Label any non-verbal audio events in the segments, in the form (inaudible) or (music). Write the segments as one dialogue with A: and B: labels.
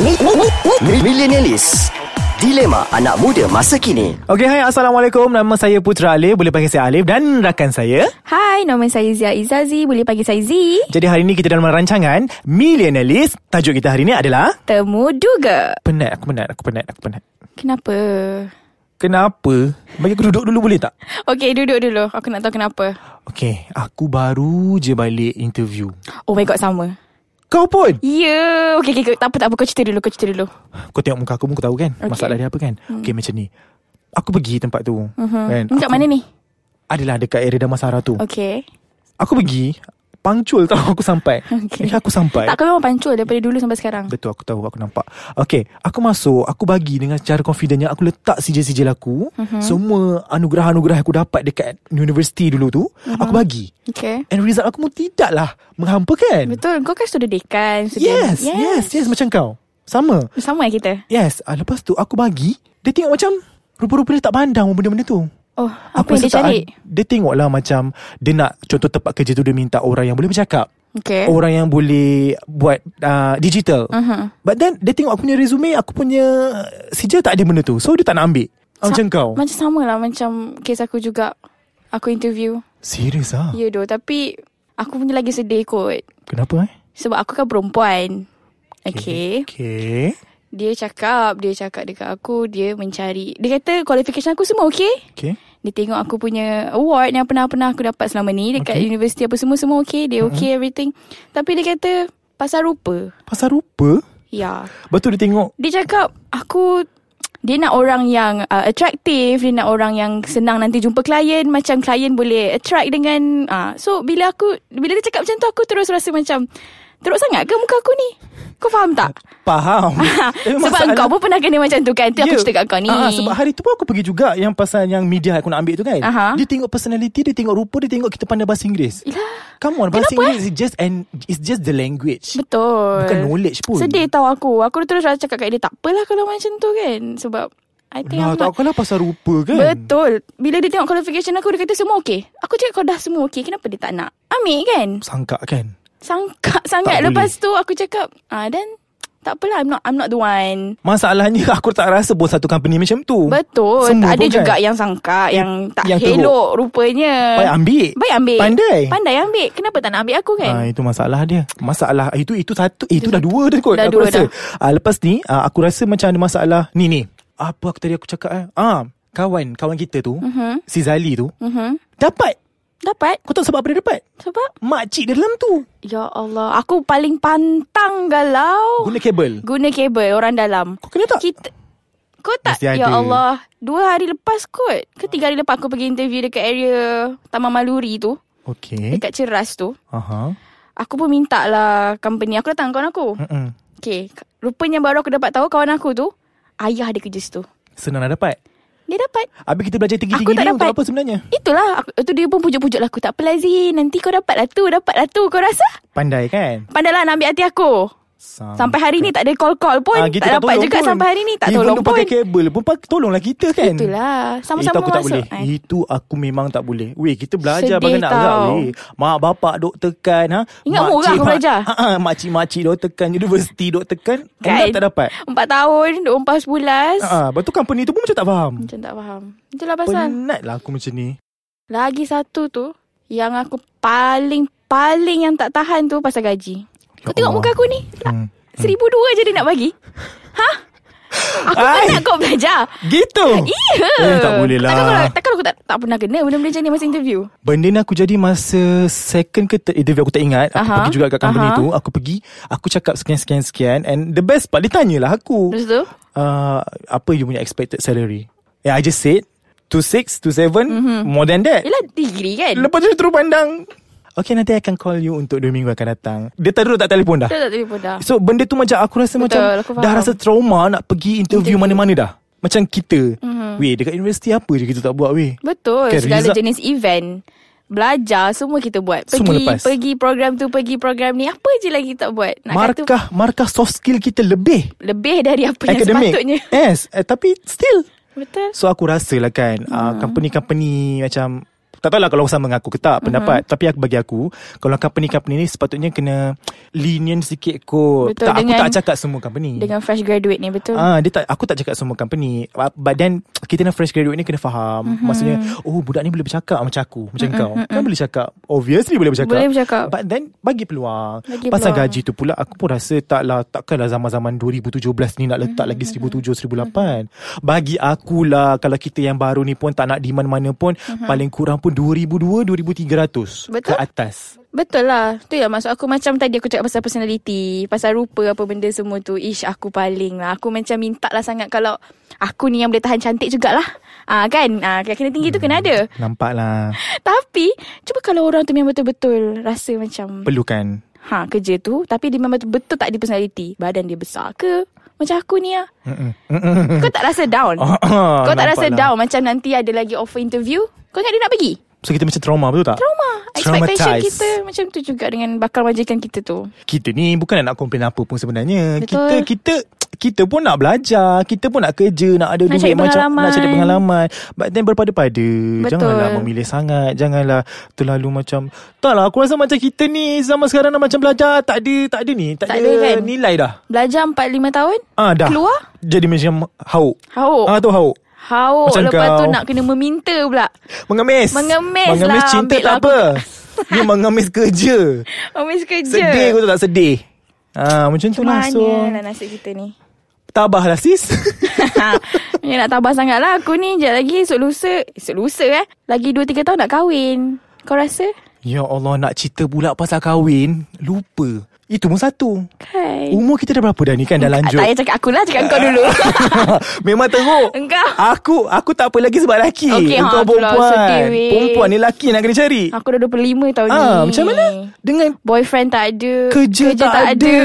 A: Mi- mi- mi- mi- Millenialis Dilema anak muda masa kini
B: Okey, hai Assalamualaikum. Nama saya Putra Alif. Boleh panggil saya Alif dan rakan saya.
C: Hai, nama saya Zia Izazi. Boleh panggil saya Z.
B: Jadi hari ini kita dalam rancangan Millenialis. Tajuk kita hari ini adalah...
C: Temu duga.
B: Penat, aku penat, aku penat, aku penat.
C: Kenapa?
B: Kenapa? Bagi aku duduk dulu boleh tak?
C: Okey, duduk dulu. Aku nak tahu kenapa.
B: Okey, aku baru je balik interview.
C: Oh my god, sama.
B: Kau pun?
C: Ya. Yeah. Okey, okay, okay. tak apa, tak apa. Kau cerita dulu, kau cerita dulu.
B: Kau tengok muka aku pun kau tahu kan?
C: Okey.
B: Masalah dia apa kan? Okey, macam ni. Aku pergi tempat tu. Uh-huh. Kan?
C: Ni Kat
B: Aku-
C: Mhm. mana ni?
B: Adalah dekat area Damansara tu.
C: Okey.
B: Aku pergi, pangcul tau aku
C: (laughs)
B: sampai. Eh,
C: Okey.
B: aku sampai.
C: Tak, kau memang pancul daripada dulu sampai sekarang.
B: Betul aku tahu Aku nampak Okay Aku masuk Aku bagi dengan secara confident yang Aku letak sijil-sijil aku
C: Mhm.
B: uh-huh. Semua anugerah-anugerah aku dapat Dekat universiti dulu tu uh-huh.
C: Mhm.
B: Aku bagi
C: Okey.
B: And result aku pun tidaklah Menghampa kan
C: Betul, kau kan sudah dekan. student-
B: Yes, yes Yes macam kau Sama
C: Sama lah kita.
B: Yes ah, Lepas tu aku bagi Dia tengok macam Rupa-rupa dia tak pandang pun Benda-benda tu
C: Oh, apa
B: Aku
C: yang dia
B: rasa tak-
C: cari?
B: Dia tengok lah macam Dia nak Contoh tempat kerja tu Dia minta orang yang boleh bercakap
C: Okey.
B: Orang yang boleh Buat uh, digital
C: Uh-huh.
B: But then dia tengok aku punya resume, aku punya sijil tak ada benda tu. So dia tak nak ambil. Sa- macam kau.
C: Macam sama lah macam kes aku juga. Aku interview.
B: Serius ah.
C: Ya doh, tapi aku punya lagi sedih kot.
B: Kenapa eh?
C: Sebab aku kan perempuan.
B: Mhm.
C: Okay. okay.
B: Okay.
C: Dia cakap, dia cakap dekat aku, dia mencari. Dia kata qualification aku semua okay.
B: Okay.
C: Dia tengok aku punya award yang pernah-pernah aku dapat selama ni dekat
B: Okay.
C: okay. universiti apa semua semua okay, dia okay mm-hmm. everything. Tapi dia kata pasal rupa.
B: Pasal rupa,
C: Ya.
B: betul dia tengok.
C: Dia cakap aku dia nak orang yang uh, atraktif, dia nak orang yang senang nanti jumpa klien, macam klien boleh attract dengan uh, so bila aku bila dia cakap macam tu aku terus rasa macam teruk sangat ke muka aku ni? Kau faham tak? (laughs)
B: Faham. Eh,
C: sebab
B: masalah-
C: kau pun pernah kena macam tu kan Tu yeah. aku
B: Ya.
C: cerita kat kau ni
B: Ah, ah, sebab hari tu pun aku pergi juga yang pasal yang media aku nak ambil tu kan.
C: Aha.
B: Dia tengok personality, dia tengok rupa, dia tengok kita pandai bahasa Inggeris.
C: Yelah.
B: Come on, bahasa Inggeris is just and it's just the language.
C: eh? Betul
B: Bukan knowledge pun.
C: Sedih tau aku Aku terus rasa cakap kat dia Tak apalah kalau macam tu kan Sebab I think
B: Lah,
C: I'm
B: tak
C: not
B: kalah pasal rupa kan.
C: Betul Bila dia tengok qualification aku Dia kata semua okey Aku cakap kau dah semua okey Kenapa dia tak nak Ambil kan
B: Sangka kan.
C: Sangka sangat
B: Tak
C: Lepas tu aku cakap ah, Dan tak apalah I'm not, I'm not the one
B: Masalahnya (laughs) aku tak rasa pun satu company macam tu.
C: Betul
B: Semua
C: Tak ada
B: pun
C: juga
B: kan?
C: yang sangka Yang tak
B: yang teruk.
C: elok rupanya
B: Baik ambil.
C: Baik ambil
B: Pandai.
C: Pandai ambil Kenapa tak nak ambil aku kan
B: Ah, itu masalah dia. Masalah itu itu satu itu dah dua dah kot aku
C: Dah dua
B: rasa.
C: dah.
B: Ah, lepas ni ah, aku rasa macam ada masalah ni ni. Apa aku tadi aku cakap eh? Ah, kawan kawan kita tu, uh-huh. si Zali tu,
C: Mhm.
B: dapat.
C: Dapat
B: Kau tahu sebab apa dia dapat?
C: Sebab
B: Mak cik dia dalam tu
C: Ya Allah Aku paling pantang galau Guna,
B: guna kabel.
C: Guna kabel Orang dalam
B: Kau kena tak?
C: Kita Kau tak
B: Mesti
C: Ya
B: ada.
C: Allah Dua hari lepas kot Ketiga hari lepas Aku pergi interview Dekat area Taman Maluri tu
B: Okey.
C: Dekat Ceras tu
B: Aha.
C: Aku pun minta lah Company Aku datang kawan aku
B: Mm-mm.
C: Okay Rupanya baru aku dapat tahu Kawan aku tu Ayah dia kerja situ
B: Senang nak dapat.
C: Dia dapat
B: Habis kita belajar tinggi-tinggi
C: Aku tak
B: dia untuk
C: dapat.
B: apa sebenarnya?
C: Itulah aku, Itu dia pun pujuk-pujuk lah aku Tak apalah Zee Nanti kau dapat lah tu Dapat lah tu Kau rasa
B: Pandai kan?
C: Pandailah nak ambil hati aku
B: Sam-
C: Sampai hari ni tak ada call-call pun
B: Ah,
C: tak,
B: kita
C: dapat
B: tolong
C: juga
B: pun.
C: sampai hari ni
B: Even
C: Tak tolong
B: lu
C: pun
B: pakai kabel pun pak- Tolonglah kita kan
C: Itulah Sama-sama
B: Itu aku tak
C: masuk
B: boleh
C: Ah,
B: Itu aku memang tak boleh Weh kita belajar
C: Sedih
B: bagaimana
C: tau.
B: agak weh Mak bapak dok tekan ha?
C: Ingat umur orang aku belajar.
B: ha, ha, Makcik-makcik dok tekan Universiti dok tekan Kan
C: Kan?
B: tak dapat
C: Empat tahun Duk umpas bulas
B: ha, Lepas tu company tu pun macam tak faham
C: Macam tak faham Itulah pasal
B: Penat lah aku macam ni
C: Lagi satu tu Yang aku paling Paling yang tak tahan tu Pasal gaji
B: Ya
C: Kau tengok
B: Allah.
C: muka aku ni
B: hmm.
C: Seribu dua je dia nak bagi Ha? Aku
B: Ai.
C: Ay. nak kau belajar
B: Gitu
C: Ya
B: Eh, tak boleh lah.
C: Takkan kalau, takkan aku tak, tak pernah kena Benda-benda macam ni masa interview
B: Benda ni aku jadi masa second ke third interview aku tak ingat. Aku
C: Aha.
B: pergi juga kat company
C: Aha.
B: tu. Aku pergi, aku cakap sekian-sekian-sekian and the best part dia tanyalah aku.
C: Lepas tu
B: uh, apa you punya expected salary? Yeah, I just said to six, to seven, mm-hmm. more than that.
C: Mhm. Yelah degree kan
B: Lepas tu dia terus pandang. Okay, nanti I akan call you untuk dua minggu akan datang. Dia tak duduk tak telefon dah.
C: Betul tak telefon dah
B: So, benda tu macam aku rasa
C: Betul, aku
B: macam
C: faham.
B: dah rasa trauma nak pergi interview, mana-mana dah. Macam kita.
C: Mhm.
B: Mm-hmm. Weh, dekat universiti apa je kita tak buat weh.
C: Betul
B: Kan,
C: okay, Segala
B: result-
C: jenis event Belajar Semua kita buat Pergi
B: Semua lepas.
C: pergi program tu Pergi program ni Apa je lagi kita buat Nak kata
B: Markah, markah soft skill kita lebih.
C: Lebih dari apa yang
B: Academic.
C: sepatutnya (laughs)
B: Yes, eh, tapi still
C: Betul
B: So aku rasa lah kan hmm. uh, ah, Company-company macam Tak tahulah kalau orang sama dengan aku ke
C: Hmm.
B: tak pendapat. Tapi aku bagi aku, kalau company-company ni sepatutnya kena lenient sikit kot.
C: Betul,
B: tak, aku
C: dengan-
B: tak cakap semua company.
C: Dengan fresh graduate ni betul.
B: Ah, dia tak aku tak cakap semua company. But but then kita nak fresh graduate ni kena faham.
C: Mhm.
B: Mm-hmm. Maksudnya, oh budak ni boleh bercakap macam aku, macam mm-hmm. kau. Kan boleh cakap. Obviously boleh bercakap.
C: Boleh bercakap.
B: But then bagi peluang.
C: Bagi
B: Pasal
C: peluang.
B: gaji tu pula aku pun rasa taklah takkanlah zaman-zaman 2017 ni nak letak
C: Mhm,
B: mm-hmm. lagi 1007 1008. Bagi akulah kalau kita yang baru ni pun tak nak demand mana pun mm-hmm. paling kurang pun 2002 2300
C: Mhm. Betul.
B: ke atas.
C: Betul lah. Tu yang maksud aku macam tadi aku cakap pasal personality, pasal rupa apa benda semua tu. Ish aku paling lah. Aku macam minta lah sangat kalau aku ni yang boleh tahan cantik jugalah. Ah kan? Ah kena tinggi tu
B: Hmm.
C: kena ada.
B: Nampaklah
C: Tapi cuba kalau orang tu memang betul-betul rasa macam
B: perlukan.
C: ha kerja tu tapi dia memang betul tak ada personality. Badan dia besar ke? Macam aku ni ah.
B: Mm-mm. Mm-mm.
C: (laughs)
B: Ah, lah.
C: Kau tak rasa
B: (laughs)
C: down. Kau tak rasa
B: Nampaklah.
C: down macam nanti ada lagi offer interview? Kau ingat dia nak pergi?
B: So kita macam trauma betul tak?
C: Trauma. Expectation
B: Traumatized.
C: kita macam tu juga dengan bakal majikan kita tu.
B: kita ni bukan nak komplain apa pun sebenarnya. Kita
C: Betul.
B: kita kita pun nak belajar, kita pun nak kerja, nak ada
C: Nak
B: duit
C: cari
B: macam nak cari
C: pengalaman.
B: pengalaman. But then berpada-pada.
C: Betul.
B: Janganlah memilih sangat, janganlah terlalu macam taklah aku rasa macam kita ni zaman sekarang dah macam belajar tak ada tak ada ni, tak,
C: Tak
B: ada,
C: ada kan?
B: nilai dah.
C: Belajar 4-5 tahun
B: Ah dah.
C: Keluar?
B: Jadi macam hauk.
C: Hauk
B: Ah tu hauk.
C: Hauk
B: Macam
C: Lepas tu
B: kau.
C: nak kena meminta pula
B: Mengemis.
C: Mengemis
B: Mengemis
C: lah,
B: cinta
C: ambil
B: tak
C: lah
B: apa. (laughs) Ni mengemis kerja.
C: Omis kerja
B: Sedih aku tak sedih. Ah macam tu lah
C: Mana
B: so.
C: lah nasib kita ni
B: Tabahlah sis. (laughs)
C: (laughs) Ya nak tabah sangat lah Aku ni sekejap lagi Esok lusa Esok lusa eh Lagi 2-3 tahun nak kahwin Kau rasa?
B: Ya Allah nak cerita pula pasal kahwin Lupa Itu pun satu
C: Kan
B: Umur kita dah berapa dah ni kan Dah Uh, lanjut
C: Tak payah cakap akulah Cakap kau dulu
B: (laughs) Memang teruk
C: Engkau.
B: Aku Aku tak apa lagi sebab lelaki
C: Okey,
B: Engkau
C: ha, itulah,
B: perempuan
C: sedih, weh.
B: Perempuan ni lelaki nak kena cari
C: Aku dah 25 tahun ni
B: ah, Macam mana Dengan
C: Boyfriend tak ada
B: kerja,
C: kerja tak, ada,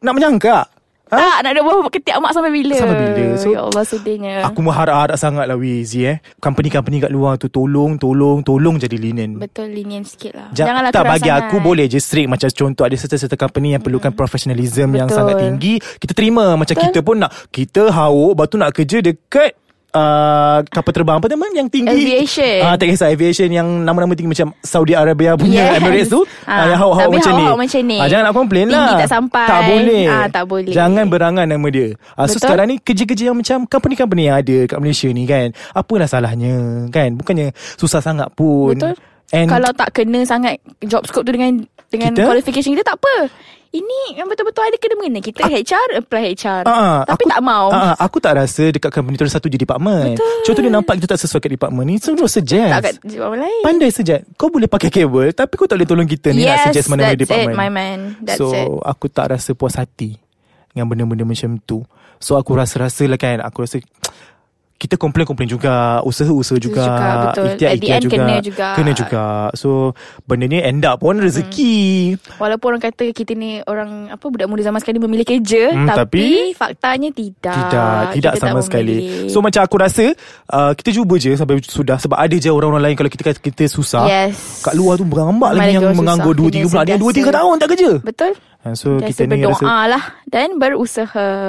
B: Nak menyangka
C: Tak nak ada buah ketiak mak sampai bila
B: Sampai bila? So,
C: Ya Allah sedihnya
B: Aku mengharap-harap sangat lah Wizi eh Company-company kat luar tu Tolong Tolong Tolong jadi lenient
C: Betul lenient sikit lah
B: Ja-
C: Janganlah
B: tak
C: keras
B: bagi
C: sangat. Hmm.
B: aku boleh je strict macam contoh ada serta-serta company yang perlukan professionalism yang
C: Betul.
B: sangat tinggi kita terima macam kita pun nak kita hauk batu nak kerja dekat Uh, kapal terbang apa nama yang tinggi
C: Aviation.
B: Ah, tak kisah aviation yang nama-nama tinggi macam Saudi Arabia punya
C: Yes.
B: Emirates tu
C: Ah,
B: ah, yang hauk-hauk
C: tapi
B: macam,
C: hauk-hauk
B: ni.
C: macam ni.
B: Ah, jangan nak komplain
C: Tinggi
B: lah
C: tak sampai.
B: tak boleh
C: Ah, tak boleh.
B: jangan berangan nama dia ah, so
C: Betul.
B: sekarang ni kerja-kerja yang macam company-company yang ada kat Malaysia ni kan apalah salahnya kan bukannya susah sangat pun
C: Betul.
B: And
C: Kalau tak kena sangat job scope tu dengan dengan
B: Kita?
C: kita? qualification kita tak apa. Ini yang betul-betul ada kena mengena. Kita HR apply HR.
B: Ah,
C: tapi tak mau.
B: Ah, aku tak rasa dekat company tu ada satu je department. Betul. Contoh dia nampak kita tak sesuai kat department ni, so terus suggest.
C: tak kat job orang lain.
B: Pandai suggest. Kau boleh pakai kabel tapi kau tak boleh tolong kita ni nak
C: yes,
B: suggest mana-mana
C: that's
B: department.
C: it my man. That's
B: so
C: it.
B: aku tak rasa puas hati dengan benda-benda macam tu. So aku rasa-rasa lah kan, aku rasa kita komplain-komplain juga, usaha-usaha juga,
C: juga, betul. At the
B: ikhtiar-ikhtiar
C: end
B: juga,
C: kena juga.
B: Kena juga. So benda ni end up pun
C: Hmm.
B: rezeki.
C: Walaupun orang kata kita ni orang apa budak muda zaman sekarang ni memilih kerja,
B: Hmm,
C: tapi,
B: tapi-
C: faktanya tidak.
B: Tidak, tidak
C: Ah, Kita
B: sama
C: tak
B: sekali.
C: memilih.
B: So macam aku rasa uh, kita cuba je sampai sudah sebab ada je orang-orang lain kalau kita kata kita susah.
C: Yes.
B: Kat luar tu berambak lagi
C: Memang lagi
B: yang
C: orang
B: menganggur
C: susah.
B: 2 3
C: Kena
B: bulan. Dia 2
C: sentiasa.
B: 3 tahun tak kerja.
C: betul.
B: Ha, so
C: Biasa
B: kita ni
C: berdoa
B: rasa
C: lah dan berusaha.